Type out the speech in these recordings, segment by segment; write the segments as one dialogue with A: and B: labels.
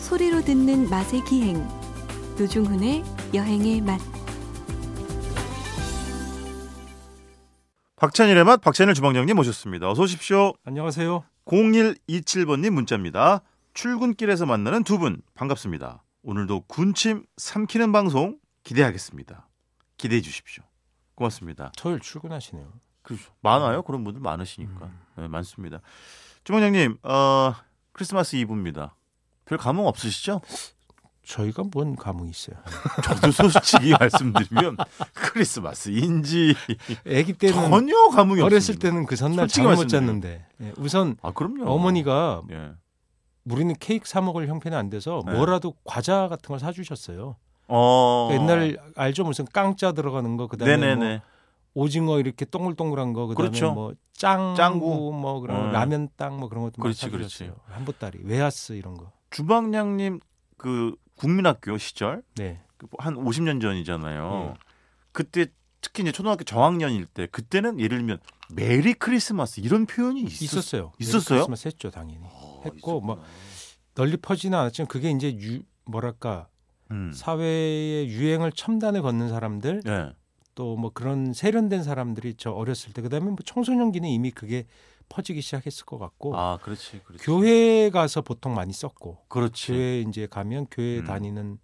A: 소리로 듣는 맛의 기행 노중훈의 여행의 맛
B: 박찬일의 맛 박찬일 주방장님 모셨습니다. 어서 오십시오.
C: 안녕하세요.
B: 0127번님 문자입니다. 출근길에서 만나는 두 분 반갑습니다. 오늘도 군침 삼키는 방송 기대하겠습니다. 기대해 주십시오. 고맙습니다.
C: 토요일 출근하시네요.
B: 그렇죠. 많아요. 그런 분들 많으시니까. 네, 많습니다. 주방장님, 어, 크리스마스 이브입니다. 별 감흥 없으시죠?
C: 저희가 뭔 감흥이 있어요.
B: 저도 솔직히 말씀드리면 크리스마스인지 네,
C: 아기 때는
B: 전혀 감흥이
C: 어렸을
B: 없습니다.
C: 때는 그 전날
B: 솔직히
C: 잠못
B: 말씀드려요.
C: 잤는데 예, 우선
B: 아 그럼요.
C: 어머니가
B: 예.
C: 우리는 케이크 사 먹을 형편이 안 돼서
B: 네.
C: 뭐라도 과자 같은 걸 사주셨어요.
B: 어.
C: 그러니까 옛날 알죠 무슨 깡짜 들어가는 거 그다음에 뭐
B: 네네네.
C: 오징어 이렇게 동글동글한 거 그다음에
B: 그렇죠.
C: 뭐 짱구,
B: 짱구.
C: 뭐 그런
B: 네.
C: 거, 라면 땅 뭐 그런 것도 많이
B: 그렇지, 그렇지.
C: 사주셨어요. 한보따리 외하스 이런 거.
B: 주방장님 그 국민학교 시절
C: 네.
B: 그한 50년 전이잖아요.
C: 네.
B: 그때 특히 이제 초등학교 저학년일 때 그때는 예를 들면 메리 크리스마스 이런 표현이 있었,
C: 있었어요.
B: 있었어요?
C: 메리 크리스마스 했죠 당연히.
B: 어
C: 했고 뭐 널리 퍼지는 않았지만 그게 이제 유, 뭐랄까
B: 음.
C: 사회의 유행을 첨단에 걷는 사람들
B: 예.
C: 또 뭐 그런 세련된 사람들이 저 어렸을 때 그다음에 뭐 청소년기는 이미 그게 퍼지기 시작했을 것 같고
B: 아 그렇지 그렇지.
C: 교회에 가서 보통 많이 썼고
B: 그렇지.
C: 교회 이제 가면 교회
B: 음.
C: 다니는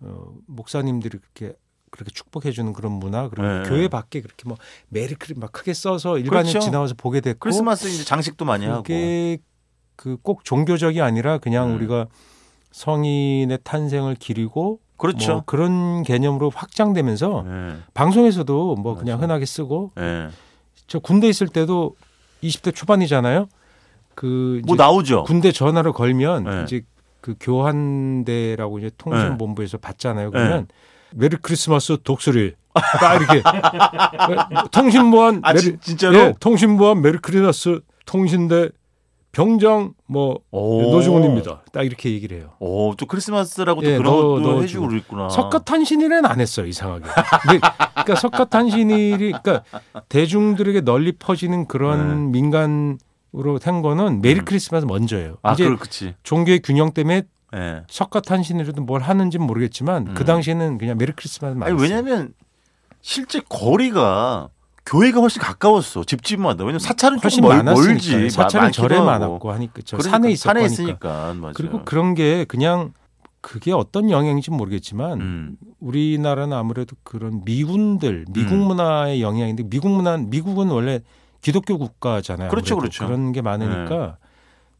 C: 어, 목사님들이 그렇게 그렇게 축복해 주는 그런 문화 그런
B: 네.
C: 교회 밖에 그렇게 뭐 메리 크림 막 크게 써서 일반인
B: 그렇죠.
C: 지나와서 보게 됐고
B: 크리스마스 이제 장식도 많이 하고.
C: 그게 그 꼭 종교적이 아니라 그냥
B: 음.
C: 우리가 성인의 탄생을 기리고 뭐
B: 그렇죠.
C: 그런 개념으로 확장되면서
B: 예.
C: 방송에서도 뭐 그냥
B: 맞아요.
C: 흔하게 쓰고
B: 예.
C: 저 군대 있을 때도 20대 초반이잖아요. 그
B: 뭐
C: 이제
B: 나오죠.
C: 군대 전화를 걸면
B: 네.
C: 이제 그 교환대라고 이제 통신본부에서 받잖아요.
B: 네.
C: 그러면 메리 크리스마스 독수리 딱 이렇게 어, 통신보안
B: 아
C: 메리
B: 진, 진짜로?
C: 예, 통신보안 메리 크리스마스 통신대 병장 뭐
B: 오.
C: 노중훈입니다. 딱 이렇게 얘기를 해요.
B: 오, 또 크리스마스라고 또
C: 예,
B: 그런
C: 넣어-
B: 것도
C: 넣어주고.
B: 해주고 그랬구나.
C: 석가탄신일은 안 했어요 이상하게. 근데 그러니까 석가탄신일이 그러니까 대중들에게 널리 퍼지는 그런 민간으로 한 거는 메리
B: 네. 음.
C: 크리스마스 먼저예요.
B: 아,
C: 이제
B: 그렇지.
C: 종교의 균형 때문에
B: 예.
C: 석가탄신일로도 뭘 하는지는 모르겠지만
B: 음.
C: 그 당시에는 그냥 메리 크리스마스만.
B: 아니 왜냐면 실제 거리가 교회가 훨씬 가까웠어 집집마다 왜냐면 사찰은
C: 훨씬
B: 조금 멀,
C: 많았으니까
B: 멀지
C: 사찰은
B: 많기도
C: 절에
B: 하고.
C: 많았고 하니까 저
B: 그러니까
C: 산에 있었고
B: 산에
C: 하니까.
B: 있으니까 맞아요
C: 그리고 그런 게 그냥 그게 어떤 영향인지 는 모르겠지만
B: 음.
C: 우리나라는 아무래도 그런 미군들 미국
B: 음.
C: 문화의 영향인데 미국 문화 미국은 원래 기독교 국가잖아요.
B: 그렇죠,
C: 아무래도.
B: 그렇죠. 네.
C: 그런 게 많으니까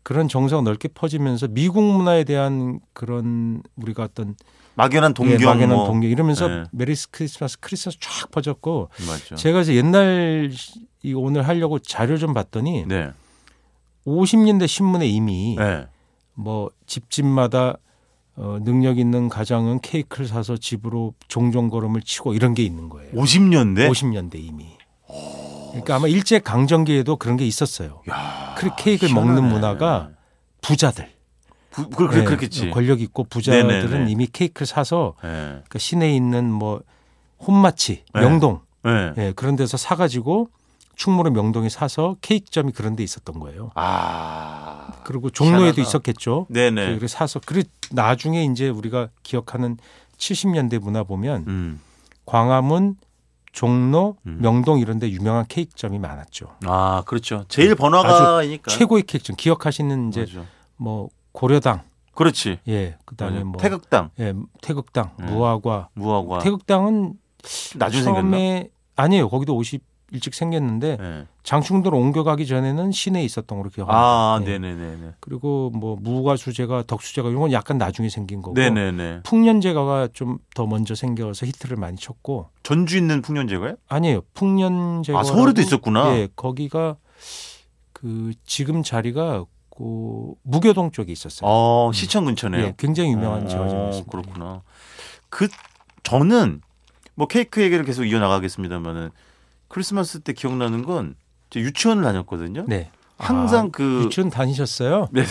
C: 그런 정서가 넓게 퍼지면서 미국 문화에 대한 그런 우리가 어떤
B: 막연한 동경
C: 예, 막연한
B: 뭐
C: 동경 이러면서
B: 예.
C: 메리 크리스마스 크리스마스 쫙 퍼졌고
B: 맞죠
C: 제가 이제 옛날 이 오늘 하려고 자료 를좀 봤더니
B: 네.
C: 50년대 신문에 이미
B: 네.
C: 뭐 집집마다 어, 능력 있는 가장은 케이크를 사서 집으로 종종 걸음을 치고 이런 게 있는 거예요.
B: 50년대
C: 50년대 이미. 그러니까 아마 일제 강점기에도 그런 게 있었어요. 그 케이크를
B: 희한하네.
C: 먹는 문화가 부자들,
B: 부, 그, 그,
C: 예,
B: 그렇겠지
C: 권력 있고 부자들은
B: 네네네.
C: 이미 케이크를 사서
B: 예.
C: 그 시내에 있는 뭐 혼마치,
B: 네.
C: 명동
B: 예.
C: 예, 그런 데서 사가지고 충무로 명동에 사서 케이크점이 그런 데 있었던 거예요.
B: 아
C: 그리고 종로에도
B: 희한하다.
C: 있었겠죠.
B: 네네
C: 그래 사서 그리 나중에 이제 우리가 기억하는 70년대 문화 보면
B: 음.
C: 광화문, 종로,
B: 음.
C: 명동 이런 데 유명한 케이크점이 많았죠.
B: 아 그렇죠 제일 번화가이니까
C: 최고의 케이크점 기억하시는 이제
B: 그러니까 맞아.
C: 뭐 고려당
B: 그렇지
C: 예 그다음에
B: 맞아.
C: 뭐
B: 태극당
C: 예 태극당
B: 음.
C: 무화과
B: 무화과
C: 태극당은
B: 나중에 생겼나
C: 처음에 아니에요 거기도 50 일찍 생겼는데
B: 예.
C: 장충도로 옮겨가기 전에는 시내에 있었던 걸로 기억합니다.
B: 아
C: 예.
B: 네네네네
C: 그리고 뭐 무가 수제가 덕 수제가 이건 약간 나중에 생긴 거고
B: 네네네
C: 풍년제가가 좀 더 먼저 생겨서 히트를 많이 쳤고
B: 전주 있는 풍년제가요?
C: 아니에요 풍년제가
B: 아 서울에도 있었구나.
C: 예 거기가 그 지금 자리가 그 무교동 쪽에 있었어요.
B: 어 시청 근처네요.
C: 예, 굉장히 유명한
B: 어,
C: 지어지였습니다.
B: 그렇구나. 그 저는 뭐 케이크 얘기를 계속 이어나가겠습니다만은 크리스마스 때 기억나는 건제 유치원을 다녔거든요.
C: 네.
B: 항상 그
C: 유치원 다니셨어요?
B: 네.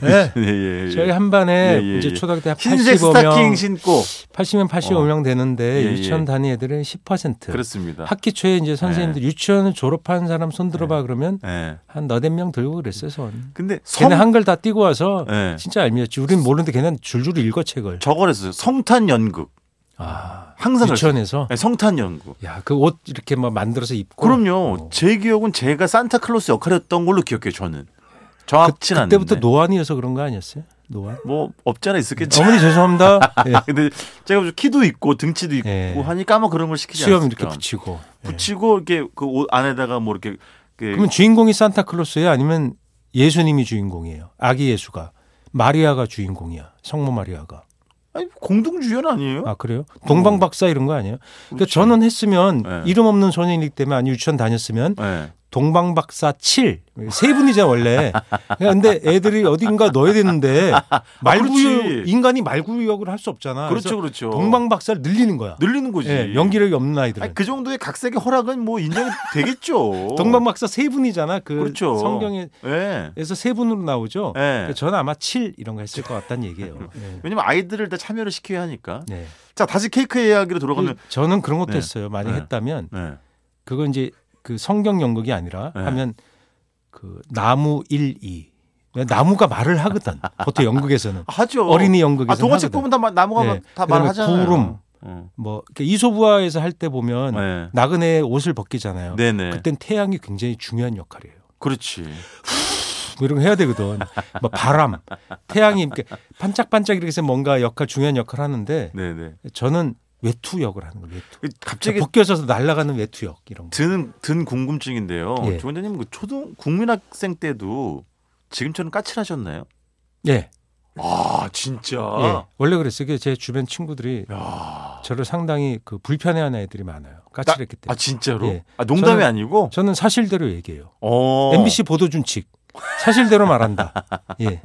C: 네.
B: 예, 예, 예.
C: 저희 한 반에
B: 예, 예,
C: 이제
B: 예.
C: 초등학교 때
B: 흰색
C: 85명,
B: 스타킹 신고
C: 80명, 85명 되는데
B: 예, 예.
C: 유치원 다니는 애들은 10%.
B: 그렇습니다.
C: 예.
B: 네.
C: 학기 초에 이제 선생님들 유치원을 졸업한 사람 손 들어봐 그러면
B: 예.
C: 한 너댓 명 들고 그랬어요, 손.
B: 근데 성
C: 걔네 한글 다 띄고 와서
B: 예.
C: 진짜 알미였지. 우린 모르는데 걔네는 줄줄이 읽어 책을.
B: 저걸 했어요. 성탄 연극.
C: 아,
B: 항상 그랬어요.
C: 유치원에서
B: 예, 성탄 연극.
C: 야, 그 옷 이렇게 막 만들어서 입고
B: 그럼요.
C: 어.
B: 제 기억은 제가 산타클로스 역할이었던 걸로 기억해요. 저는 정확진
C: 그,
B: 않는데.
C: 그때부터 노안이어서 그런 거 아니었어요? 노안?
B: 뭐 없지 않아 있었겠죠.
C: 어머니 죄송합니다. 예.
B: 근데 제가 좀 키도 있고 등치도 있고
C: 예.
B: 하니까 아마 그런 걸 시키지
C: 수염
B: 않았을까.
C: 이렇게 붙이고. 예.
B: 붙이고 이렇게 그 옷 안에다가 뭐 이렇게 그
C: 그러면 주인공이 산타클로스예요? 아니면 예수님이 주인공이에요? 아기 예수가 마리아가 주인공이야. 성모 마리아가.
B: 아니, 공동주연 아니에요?
C: 아 그래요? 동방박사 이런 거 아니에요? 그러니까
B: 음. 그렇지.
C: 저는 했으면
B: 그렇죠. 네.
C: 이름 없는 소년이기 때문에 아니 유치원 다녔으면
B: 네.
C: 동방박사 7세 분이자 원래. 근데 애들이 어딘가 넣어야 되는데 말구역
B: 아, 그렇지.
C: 인간이 말구역을 할 수 없잖아.
B: 그렇죠,
C: 그래서
B: 그렇죠.
C: 동방박사를 늘리는 거야.
B: 늘리는 거지.
C: 예, 연기력이 없는 아이들은.
B: 아니, 그 정도의 각색의 허락은 뭐 인정이 되겠죠.
C: 동방박사 세 분이잖아. 그
B: 그렇죠.
C: 성경에
B: 예.
C: 에서 세 분으로 나오죠. 그러니까
B: 예.
C: 저는 아마 7 이런 거 했을 것 같다는 얘기예요. 네.
B: 왜냐면 아이들을 다 참여를 시켜야 하니까.
C: 네.
B: 자, 다시 케이크의 이야기로 돌아가면
C: 저는 그런 것도
B: 네.
C: 했어요. 만약
B: 네.
C: 했다면
B: 네.
C: 그거 이제 그 성경 연극이 아니라
B: 네.
C: 하면 그 나무 1, 2. 나무가 말을 하거든. 보통 연극에서는
B: 하죠.
C: 어린이 연극에서
B: 아, 동화책 보면 다 마- 나무가
C: 네.
B: 막- 다
C: 그다음에
B: 말하잖아요.
C: 구름.
B: 어.
C: 뭐 이렇게 이소부화에서 할 때 보면
B: 네.
C: 나그네의 옷을 벗기잖아요.
B: 네네.
C: 그땐 태양이 굉장히 중요한 역할이에요.
B: 그렇지.
C: 뭐 이런 거 해야 되거든. 뭐 바람, 태양이 이렇게 반짝반짝 이렇게 해서 뭔가 역할 중요한 역할 을 하는데
B: 네네.
C: 저는 외투 역을 하는 거예요. 외투.
B: 갑자기
C: 벗겨져서 날아가는 외투 역 이런 거.
B: 드는 든 궁금증인데요.
C: 예.
B: 조 원장님 그 초등 국민학생 때도 지금처럼 까칠하셨나요?
C: 예,
B: 아 진짜.
C: 예. 원래 그랬어요. 그제 주변 친구들이
B: 야.
C: 저를 상당히 그 불편해하는 애들이 많아요. 까칠했기 때문에.
B: 아 진짜로?
C: 예.
B: 아 농담이
C: 저는-
B: 아니고.
C: 저는 사실대로 얘기해요.
B: 어.
C: MBC 보도 준칙 사실대로 말한다. 예.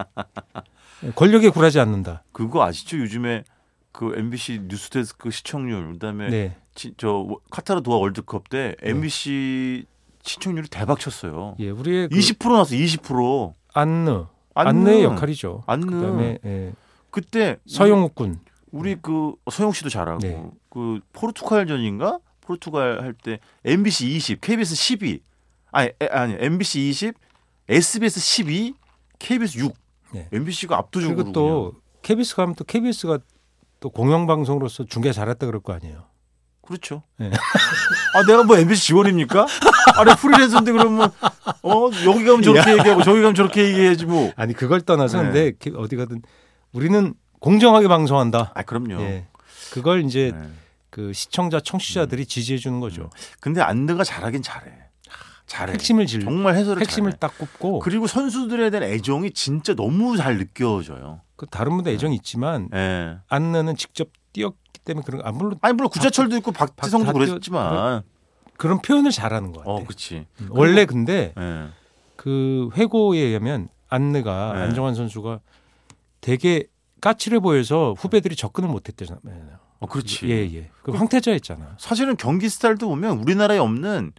C: 권력에 굴하지 않는다.
B: 그거 아시죠? 요즘에 그 MBC 뉴스데스크 그 시청률 그다음에
C: 네.
B: 지- 저 카타르 도하 월드컵 때 MBC 시청률이 대박쳤어요.
C: 예, 우리의 그
B: 20% 나왔어 20%.
C: 안느
B: 안느.
C: 안느의 역할이죠.
B: 안느.
C: 그다음에 예.
B: 그때
C: 서영욱 군.
B: 우리 그 서영 씨도 잘하고
C: 네.
B: 그 포르투갈전인가 포르투갈 할 때 MBC 20, KBS 12, 아니 에, 아니 MBC 20, SBS 12, KBS 6,
C: 네.
B: MBC가 압도적으로
C: 그리고 또 KBS 가면 또 KBS가 또 공영방송으로서 중계 잘했다 그럴 거 아니에요.
B: 그냥. 그렇죠.
C: 네.
B: 아 내가 뭐 MBC 지원입니까? 아니 프리랜서인데 그러면 어 여기 가면 저렇게 얘기하고 저기 가면 저렇게 얘기해야지 뭐.
C: 아니 그걸 떠나서
B: 네.
C: 근데 게- 어디 가든 우리는 공정하게 방송한다.
B: 아 그럼요.
C: 예. 그걸 이제
B: 네.
C: 그 시청자 청취자들이 지지해 주는 거죠.
B: 근데 안드가 잘하긴 잘해. 잘해.
C: 핵심을 질
B: 정말 해설을
C: 핵심을
B: 잘해.
C: 딱 꼽고 네. 그,
B: 그리고 선수들에 대한 애정이 진짜 너무 잘 느껴져요.
C: 그 다른 분도 애정이 있지만
B: 예. 안
C: 는 직접 뛰었기 때문에 그런 거- 아 물론
B: 니 물론 구자철도 있고 박지성도
C: 박-
B: 그랬지만
C: 그런 표현을 잘하는 것 같아요.
B: 어 그렇지
C: 음, 원래 근데
B: 예.
C: 그 회고에 의하면 안느가
B: 네.
C: 안정환 선수가 되게 까칠해 보여서 후배들이 접근을 못했대잖아요.
B: 어 그렇지
C: 예, 예. 그 황태자였잖아.
B: 사실은 경기 스타일도 보면 우리나라에 없는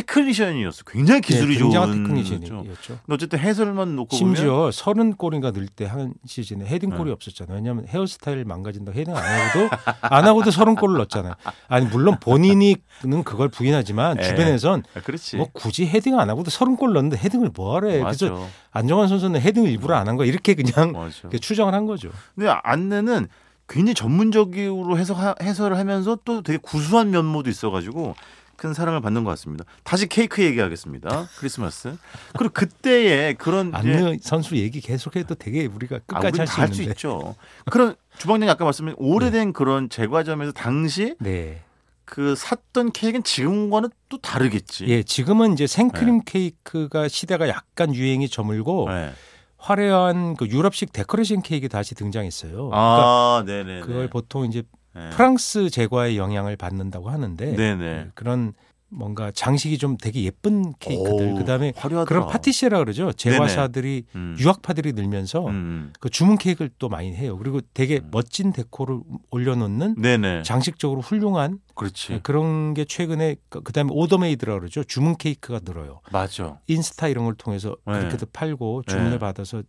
B: 테크니션이었어 굉장히 기술이
C: 예,
B: 좋은
C: 굉장한
B: 좀. 근데
C: 테크니션이었죠. 예.
B: 어쨌든 해설만 놓고 보면
C: 심지어 서른 골인가 넣을 때 한 시즌에 헤딩골이
B: 네.
C: 없었잖아요. 왜냐하면 헤어스타일 망가진다 고 헤딩 안 하고도 안 하고도 서른 골을 넣었잖아요. 아니 물론 본인이는 그걸 부인하지만
B: 예.
C: 주변에선
B: 아, 그렇지
C: 뭐 굳이 헤딩 안 하고도 서른 골 넣는데 헤딩을 뭐하래? 그래서
B: 맞아
C: 안정환 선수는 헤딩을 일부러 안 한 거야. 이렇게 그냥
B: 맞아
C: 이렇게 추정을 한 거죠.
B: 근데 안내는 굉장히 전문적으로 해석 해설을 하면서 또 되게 구수한 면모도 있어가지고 큰 사랑을 받는 것 같습니다 다시 케이크 얘기하겠습니다 크리스마스 그리고 그때의 그런 이제
C: 안느 선수 얘기 계속해도 되게 우리가
B: 예. 아,
C: 끝까지 할 수
B: 할수
C: 있는데.
B: 있죠. 그런 주방장님 아까 말씀하신 오래된 그런 제과점에서 당시
C: 네.
B: 그 샀던 케이크는 지금과는 또 다르겠지.
C: 예, 지금은 이제 생크림
B: 예.
C: 케이크가 시대가 약간 유행이 저물고
B: 네.
C: 화려한 그 유럽식 데코레이션 케이크 다시 등장했어요. 그러니까
B: 아, 네네.
C: 그걸 보통 이제
B: 네.
C: 프랑스 제과의 영향을 받는다고 하는데 예,
B: 네네.
C: 그런 뭔가 장식이 좀 되게 예쁜 케이크들
B: 어우,
C: 그다음에
B: 화려하더라.
C: 그런 파티시에라 그러죠. 제과사들이
B: 음.
C: 유학파들이 늘면서
B: 음.
C: 그 주문 케이크를 또 많이 해요. 그리고 되게 멋진 데코를 올려놓는
B: 네네.
C: 장식적으로 훌륭한 네.
B: 그렇지.
C: 예, 그런 게 최근에 그- 그다음에 오더메이드라 그러죠. 주문 케이크가 늘어요.
B: 맞아.
C: 인스타 이런 걸 통해서
B: 네.
C: 그렇게도 팔고 주문을
B: 네.
C: 받아서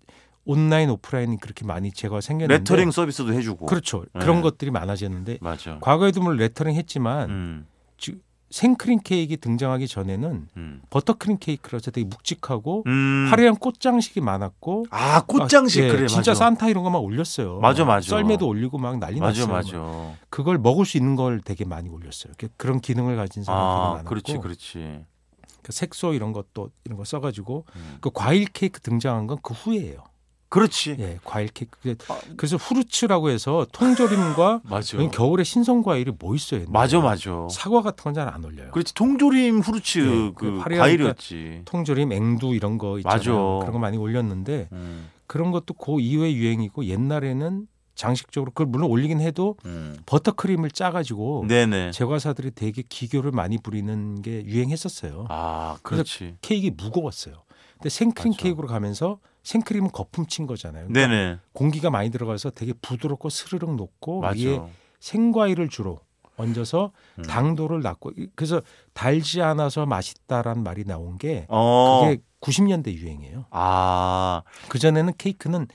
C: 온라인 오프라인 그렇게 많이 제가 생겼는데
B: 레터링 서비스도 해주고.
C: 그렇죠.
B: 네.
C: 그런 것들이 많아졌는데
B: 맞아.
C: 과거에도 물론 레터링 했지만
B: 음.
C: 생크림 케이크 등장하기 전에는
B: 음.
C: 버터크림 케이크라서 되게 묵직하고
B: 음.
C: 화려한 꽃장식이 많았고
B: 아 꽃장식
C: 아, 예,
B: 그래
C: 진짜
B: 맞아.
C: 산타 이런 거만 올렸어요.
B: 맞아, 맞아.
C: 썰매도 올리고 막 난리
B: 맞아
C: 났어요.
B: 맞아.
C: 그걸 먹을 수 있는 걸 되게 많이 올렸어요. 그- 그런 기능을 가진 사람들이
B: 아
C: 많았고
B: 그렇지 그렇지.
C: 그 색소 이런 것도 이런 거 써가지고
B: 음.
C: 그 과일 케이크 등장한 건 그 후예요.
B: 그렇지.
C: 예, 과일 케이크. 그래-
B: 네. 아.
C: 그래서 후르츠라고 해서 통조림과
B: 맞아.
C: 겨울에 신선 과일이 뭐 있어요? 옛날에.
B: 맞아 맞아.
C: 사과 같은 건 잘 안 올려요.
B: 그렇지 통조림 후르츠
C: 예,
B: 그
C: 그 화려하니까-
B: 과일이었지.
C: 통조림, 앵두 이런 거 있잖아요.
B: 맞아.
C: 그런 거 많이 올렸는데
B: 음.
C: 그런 것도 그 이후의 유행이고 옛날에는 장식적으로 그걸 물론 올리긴 해도
B: 음.
C: 버터크림을 짜가지고
B: 네네.
C: 제과사들이 되게 기교를 많이 부리는 게 유행했었어요.
B: 아 그렇지.
C: 케이크가 무거웠어요. 근데 생크림
B: 맞아.
C: 케이크로 가면서 생크림은 거품 친 거잖아요. 그러니까
B: 네네.
C: 공기가 많이 들어가서 되게 부드럽고 스르륵 녹고
B: 맞아.
C: 위에 생과일을 주로 얹어서
B: 음.
C: 당도를 낮고 그래서 달지 않아서 맛있다란 말이 나온 게
B: 어.
C: 그게 90년대 유행이에요.
B: 아.
C: 그 전에는 케이크는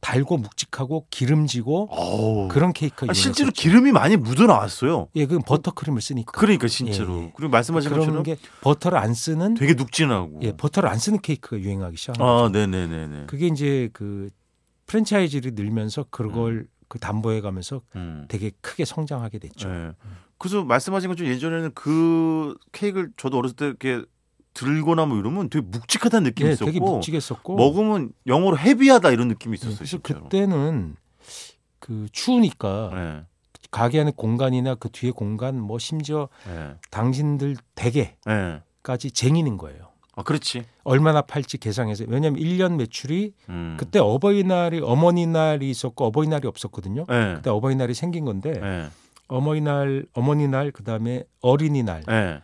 C: 달고 묵직하고 기름지고
B: 어우.
C: 그런 케이크가
B: 아, 실제로
C: 유행했었죠.
B: 기름이 많이 묻어 나왔어요.
C: 예, 그건 버터크림을 쓰니까.
B: 그러니까 진짜로.
C: 예, 예.
B: 그리고 말씀하신
C: 그런
B: 것처럼
C: 게 버터를 안 쓰는
B: 되게 눅진하고.
C: 예, 버터를 안 쓰는 케이크가 유행하기 시작한 거예요.
B: 아, 네네네네.
C: 그게 이제 그 프랜차이즈들이 늘면서 그걸 그 담보해 가면서
B: 음.
C: 되게 크게 성장하게 됐죠.
B: 예. 그래서 말씀하신 것처럼 예전에는 그 케이크를 저도 어렸을 때 이렇게 들거나 뭐 이러면 되게 묵직하다는 느낌이
C: 예,
B: 있었고
C: 되게 묵직했었고
B: 먹으면 영어로 헤비하다 이런 느낌이
C: 예,
B: 있었어요.
C: 그래서
B: 진짜로.
C: 그때는 그 추우니까
B: 예.
C: 가게 안에 공간이나 그 뒤에 공간 뭐 심지어
B: 예.
C: 당신들 댁에까지
B: 예.
C: 쟁이는 거예요.
B: 아, 그렇지.
C: 얼마나 팔지 계산해서 왜냐하면 1년 매출이
B: 음.
C: 그때 어버이날이 어머니날이 있었고 어버이날이 없었거든요.
B: 예.
C: 그때 어버이날이 생긴 건데
B: 예.
C: 어머니날 어머니날 그다음에 어린이날
B: 예.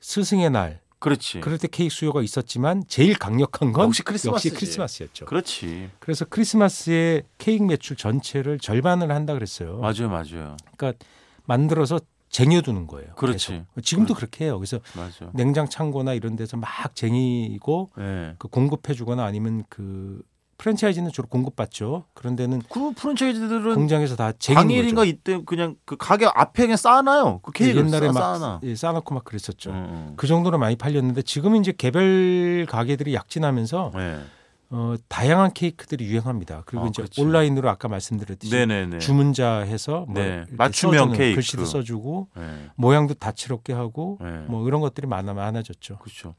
C: 스승의 날
B: 그렇지.
C: 그럴 때 케이크 수요가 있었지만 제일 강력한 건
B: 역시 네. 아, 크리스마스지.
C: 였죠
B: 그렇지.
C: 그래서 크리스마스의 케이크 매출 전체를 절반을 한다 그랬어요.
B: 맞아요, 맞아요.
C: 그러니까 만들어서 쟁여두는 거예요.
B: 그렇지.
C: 계속. 지금도 그렇게 해요. 그래서
B: 맞아.
C: 냉장 창고나 이런 데서 막 쟁이고
B: 예.
C: 그 공급해주거나 아니면 그 프랜차이즈는 주로 공급받죠. 그런 데는
B: 그 프랜차이즈들은
C: 공장에서 다 쟁이는
B: 당일인가
C: 거죠.
B: 이때 그냥 그 가게 앞에 그냥 쌓아놔요. 그 케이크
C: 옛날에
B: 쌓,
C: 막
B: 쌓아놔.
C: 예, 쌓아놓고 막 그랬었죠.
B: 음,
C: 그 정도로 많이 팔렸는데 지금은 이제 개별 가게들이 약진하면서
B: 음. 예.
C: 어, 다양한 케이크들이 유행합니다. 그리고
B: 아,
C: 이제
B: 그렇지.
C: 온라인으로 아까 말씀드렸듯이
B: 네네네.
C: 주문자 해서 뭐
B: 네.
C: 이렇게
B: 맞춤형
C: 써주는,
B: 케이크.
C: 글씨도 써주고
B: 예.
C: 모양도 다채롭게 하고
B: 예.
C: 뭐 이런 것들이 많아 많아졌죠.
B: 그렇죠.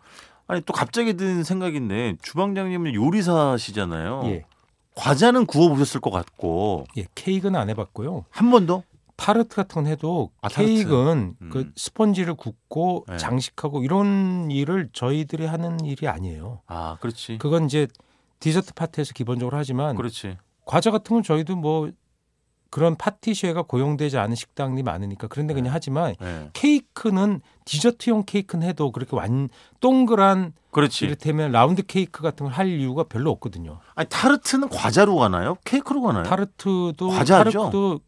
B: 아니 또 갑자기 든 생각인데 주방장님은 요리사시잖아요.
C: 예,
B: 과자는 구워 보셨을 것 같고
C: 예, 케이크는 안 해봤고요.
B: 한 번 더?
C: 타르트 같은 건 해도
B: 아, 타르트.
C: 케이크는
B: 음.
C: 그 스펀지를 굽고
B: 네.
C: 장식하고 이런 일을 저희들이 하는 일이 아니에요.
B: 아, 그렇지. 그,
C: 그건 이제 디저트 파티에서 기본적으로 하지만
B: 렇지
C: 과자 같은 건 저희도 뭐 그런 파티쉐가 고용되지 않은 식당이 많으니까 그런데 그냥 하지만
B: 예.
C: 케이크는 디저트용 케이크는 해도 그렇게 완 동그란
B: 그렇지.
C: 이를테면 라운드 케이크 같은 걸 할 이유가 별로 없거든요.
B: 아니 타르트는 과자로 가나요? 케이크로 가나요?
C: 타르트도
B: 네. 과자죠?
C: 타르트도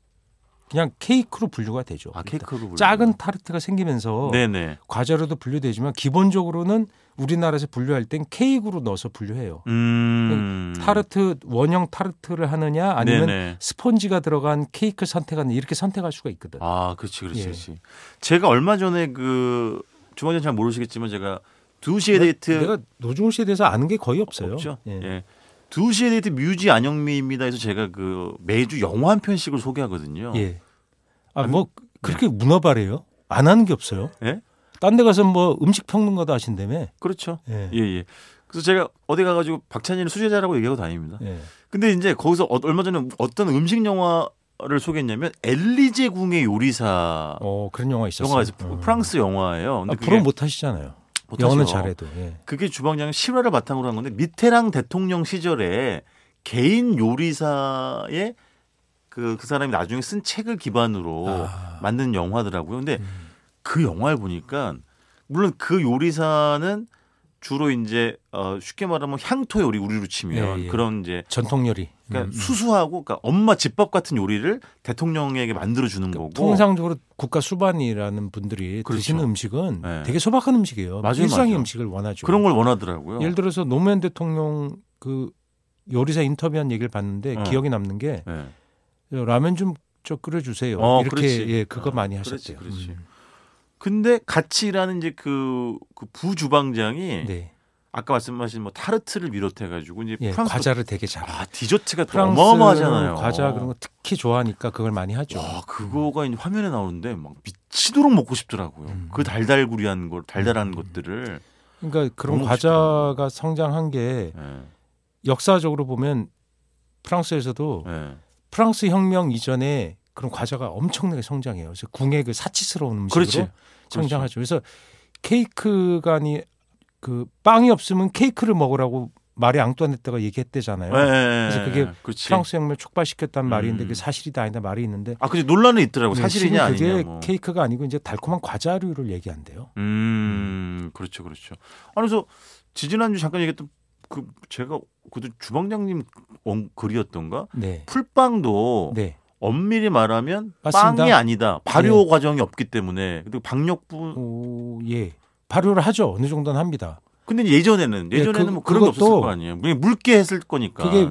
C: 그냥 케이크로 분류가 되죠.
B: 아,
C: 일단.
B: 케이크로 불리는
C: 작은 타르트가 생기면서
B: 거. 네네.
C: 과자로도 분류되지만 기본적으로는 우리나라에서 분류할 땐 케이크로 넣어서 분류해요.
B: 음.
C: 그 타르트 원형 타르트를 하느냐 아니면
B: 네네.
C: 스펀지가 들어간 케이크 선택하는 이렇게 선택할 수가 있거든.
B: 아, 그렇지, 그렇지,
C: 예.
B: 그렇지. 제가 얼마 전에 그 주방장 잘 모르시겠지만 제가 2시에
C: 내-
B: 데이트
C: 네. 내가 노중훈 씨에 대해서 아는 게 거의 없어요.
B: 죠
C: 예.
B: 예. 2시에 데이트 뮤지 안영미입니다. 해서 제가 그 매주 영화 한 편씩을 소개하거든요.
C: 예. 아, 뭐
B: 네.
C: 그렇게 문어발이에요? 안 하는 게 없어요.
B: 예?
C: 딴 데 가서 뭐 음식 평론가도 하신다며.
B: 그렇죠.
C: 예.
B: 예, 예. 그래서 제가 어디 가가지고 박찬일은 수제자라고 얘기하고 다닙니다.
C: 예.
B: 근데 이제 거기서 어- 얼마 전에 어떤 음식 영화를 소개했냐면 엘리제 궁의 요리사
C: 어, 그런 영화 있었어요.
B: 영화에서
C: 어.
B: 프랑스 영화예요. 근데
C: 아,
B: 그게
C: 프로 못 하시잖아요.
B: 못하죠.
C: 영어는 잘해도. 예.
B: 그게 주방장 실화를 바탕으로 한 건데 미테랑 대통령 시절에 개인 요리사의 그, 그 사람이 나중에 쓴 책을 기반으로
C: 아.
B: 만든 영화더라고요. 근데
C: 음.
B: 그 영화를 보니까 물론 그 요리사는 주로 이제 어, 쉽게 말하면 향토 요리 우리로 치면
C: 예, 예.
B: 그런 이제
C: 전통 요리.
B: 그러니까
C: 음.
B: 수수하고 그러니까 엄마 집밥 같은 요리를 대통령에게 만들어 주는 거고
C: 그러니까 통상적으로 국가 수반이라는 분들이
B: 뭐, 그렇죠.
C: 드시는 음식은
B: 네.
C: 되게 소박한 음식이에요.
B: 맞아요,
C: 일상의
B: 맞아요.
C: 음식을 원하죠.
B: 그런 걸 원하더라고요.
C: 예를 들어서 노무현 대통령 그 요리사 인터뷰한 얘기를 봤는데
B: 어.
C: 기억에 남는 게 어,
B: 예.
C: 라면 좀 저 끓여주세요.
B: 어,
C: 이렇게
B: 그렇지.
C: 예 그거
B: 어,
C: 많이
B: 그렇지,
C: 하셨대요.
B: 그렇지.
C: 음.
B: 근데 같이 일하는 이제 그, 그 부주방장이
C: 네,
B: 아까 말씀하신 뭐 타르트를 비롯해 가지고 이제
C: 예,
B: 프랑스
C: 과자를 되게 잘.
B: 아 디저트가 또
C: 프랑스
B: 어마어마하잖아요.
C: 과자 그런 거 특히 좋아하니까 그걸 많이 하죠. 음.
B: 와 그거가 이제 화면에 나오는데 막 미치도록 먹고 싶더라고요.
C: 음.
B: 그 달달구리한 걸 달달한 것들을
C: 그러니까 그런
B: 너무
C: 과자가 성장한 게
B: 예,
C: 역사적으로 보면 프랑스에서도
B: 예.
C: 프랑스 혁명 이전에 그런 과자가 엄청나게 성장해요. 그래서 궁의 그 사치스러운 음식으로
B: 그렇지.
C: 성장하죠. 그래서 케이크가 아니 그 빵이 없으면 케이크를 먹으라고 말이 앙뚜아네트가 얘기했대잖아요.
B: 그래서
C: 그래서 그게
B: 예, 그렇지.
C: 프랑스 혁명 을 촉발시켰다는 말이
B: 음.
C: 있는데 그게 사실이다 아니다 말이 있는데
B: 아 근데 논란은 있더라고
C: 네,
B: 사실이냐
C: 지금 그게
B: 아니냐. 뭐.
C: 케이크가 아니고 이제 달콤한 과자류를 얘기한대요.
B: 음 그렇죠 그렇죠. 아 그래서 지지난주 잠깐 얘기했던 그 제가 그때 주방장님 원- 글이었던가
C: 네.
B: 풀빵도
C: 네.
B: 엄밀히 말하면
C: 맞습니다. 네.
B: 빵이 아니다 발효 과정이 없기 때문에 그리고 박력분
C: 오, 예. 발효를 하죠. 어느 정도는 합니다.
B: 근데 예전에는
C: 예,
B: 예전에는
C: 그-
B: 뭐 그런 게 없었을
C: 그것도-
B: 거 아니에요. 그냥 묽게 했을 거니까.
C: 그게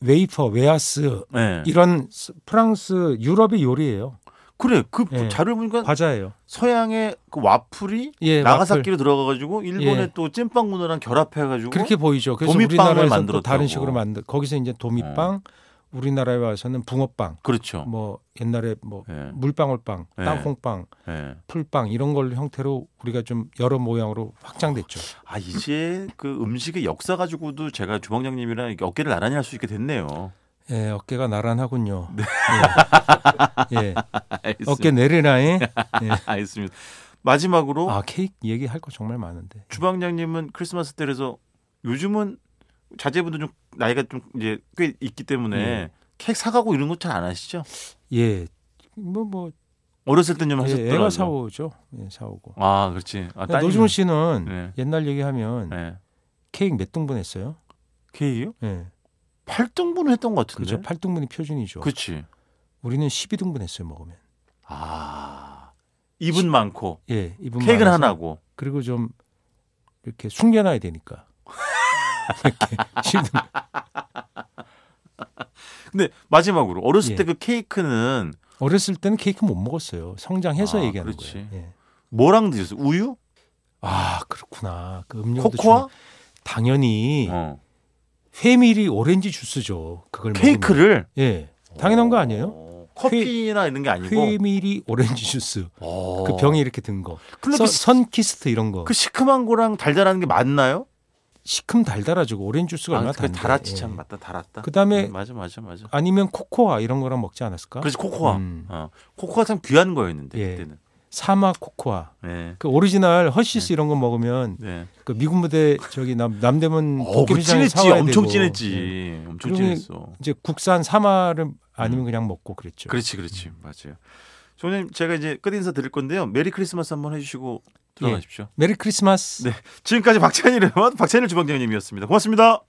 C: 웨이퍼, 웨하스
B: 예.
C: 이런 스- 프랑스 유럽의 요리예요.
B: 그래 그
C: 예.
B: 자료 보니까
C: 과자예요.
B: 서양의 그 와플이
C: 예,
B: 나가사키로 들어가가지고 일본의
C: 예.
B: 또 찐빵 문화랑 결합해가지고
C: 그렇게 보이죠. 그래서
B: 도미빵을
C: 우리나라에서 또
B: 만들었다고. 네.
C: 다른 식으로 만들. 거기서 이제 도미빵, 우리나라에 와서는 붕어빵,
B: 그렇죠.
C: 뭐 옛날에 뭐
B: 예.
C: 물방울빵,
B: 예.
C: 땅콩빵,
B: 예.
C: 풀빵 이런 걸 형태로 우리가 좀 여러 모양으로 확장됐죠.
B: 아 이제 그 음식의 역사 가지고도 제가 주방장님이랑 이렇게 어깨를 나란히 할 수 있게 됐네요.
C: 예, 어깨가 나란하군요.
B: 네.
C: 예. 예.
B: 알겠습니다.
C: 어깨 내리라에.
B: 네. 알겠습니다. 마지막으로
C: 아, 케이크 얘기할 거 정말 많은데.
B: 주방장님은 크리스마스 때라서 요즘은 자제분도 좀 나이가 좀 이제 꽤 있기 때문에
C: 예.
B: 케이크 사가고 이런 거 잘 안 하시죠?
C: 예. 뭐 뭐
B: 어렸을 땐 좀
C: 예,
B: 예, 하셨더라고요.
C: 애가 사오죠. 예, 사오고.
B: 아 그렇지. 아
C: 야,
B: 따님.
C: 노중훈 씨는 음.
B: 네.
C: 옛날 얘기하면
B: 네.
C: 케이크 몇 등분 했어요?
B: 케이요?
C: 예.
B: 8등분을 했던 것
C: 그죠.
B: 같은데.
C: 팔 8등분이 표준이죠.
B: 그렇지.
C: 우리는 12등분 했어요, 먹으면.
B: 아 입은 많고
C: 예, 이분
B: 케이크는
C: 많아서.
B: 하나고.
C: 그리고 좀 이렇게 숨겨놔야 되니까. 이렇게 12등분.
B: 근데 마지막으로 어렸을
C: 예.
B: 때 그 케이크는
C: 어렸을 때는 케이크 못 먹었어요. 성장해서
B: 아,
C: 얘기하는
B: 그렇지.
C: 거예요. 예.
B: 뭐랑 드셨어요? 우유?
C: 아, 그렇구나. 그 음료도
B: 코코아?
C: 좀- 당연히
B: 어.
C: 회밀이 오렌지 주스죠. 그걸 먹으면.
B: 케이크를
C: 예. 당연한 거 아니에요?
B: 어, 커피나 이런 게 아니고.
C: 회밀이 오렌지 주스.
B: 어.
C: 그 병에 이렇게 든 거.
B: 근데
C: 선-
B: 그,
C: 선키스트 이런 거.
B: 그 시큼한 거랑 달달한 게 맞나요?
C: 시큼 달달하지고 오렌지 주스가
B: 아,
C: 얼마나
B: 그
C: 달데
B: 달았지 참 맞다 달았다.
C: 예. 그다음에
B: 음, 맞아 맞아 맞아.
C: 아니면 코코아 이런 거랑 먹지 않았을까?
B: 그래서 코코아.
C: 음.
B: 어. 코코아 참 귀한 거였는데
C: 예.
B: 그때는.
C: 사막 코코아.
B: 네.
C: 그 오리지널 허쉬스 이런 거 먹으면
B: 네.
C: 그 미군 부대 저기 남 남대문
B: 어, 그
C: 도끼미장에
B: 진했지.
C: 사와야
B: 엄청
C: 되고. 예.
B: 진했지. 엄청
C: 그러면-
B: 진했어.
C: 이제 국산 사마를 아니면 그냥 먹고 그랬죠.
B: 음. 그렇지, 그렇지.
C: 음.
B: 맞아요. 조님 제가 이제 끝 인사 드릴 건데요. 메리 크리스마스 한번
C: 예.
B: 해주시고 들어가십시오.
C: 메리 크리스마스.
B: 네. 지금까지 박찬일의 맛, 박찬일 주방장님이었습니다. 고맙습니다.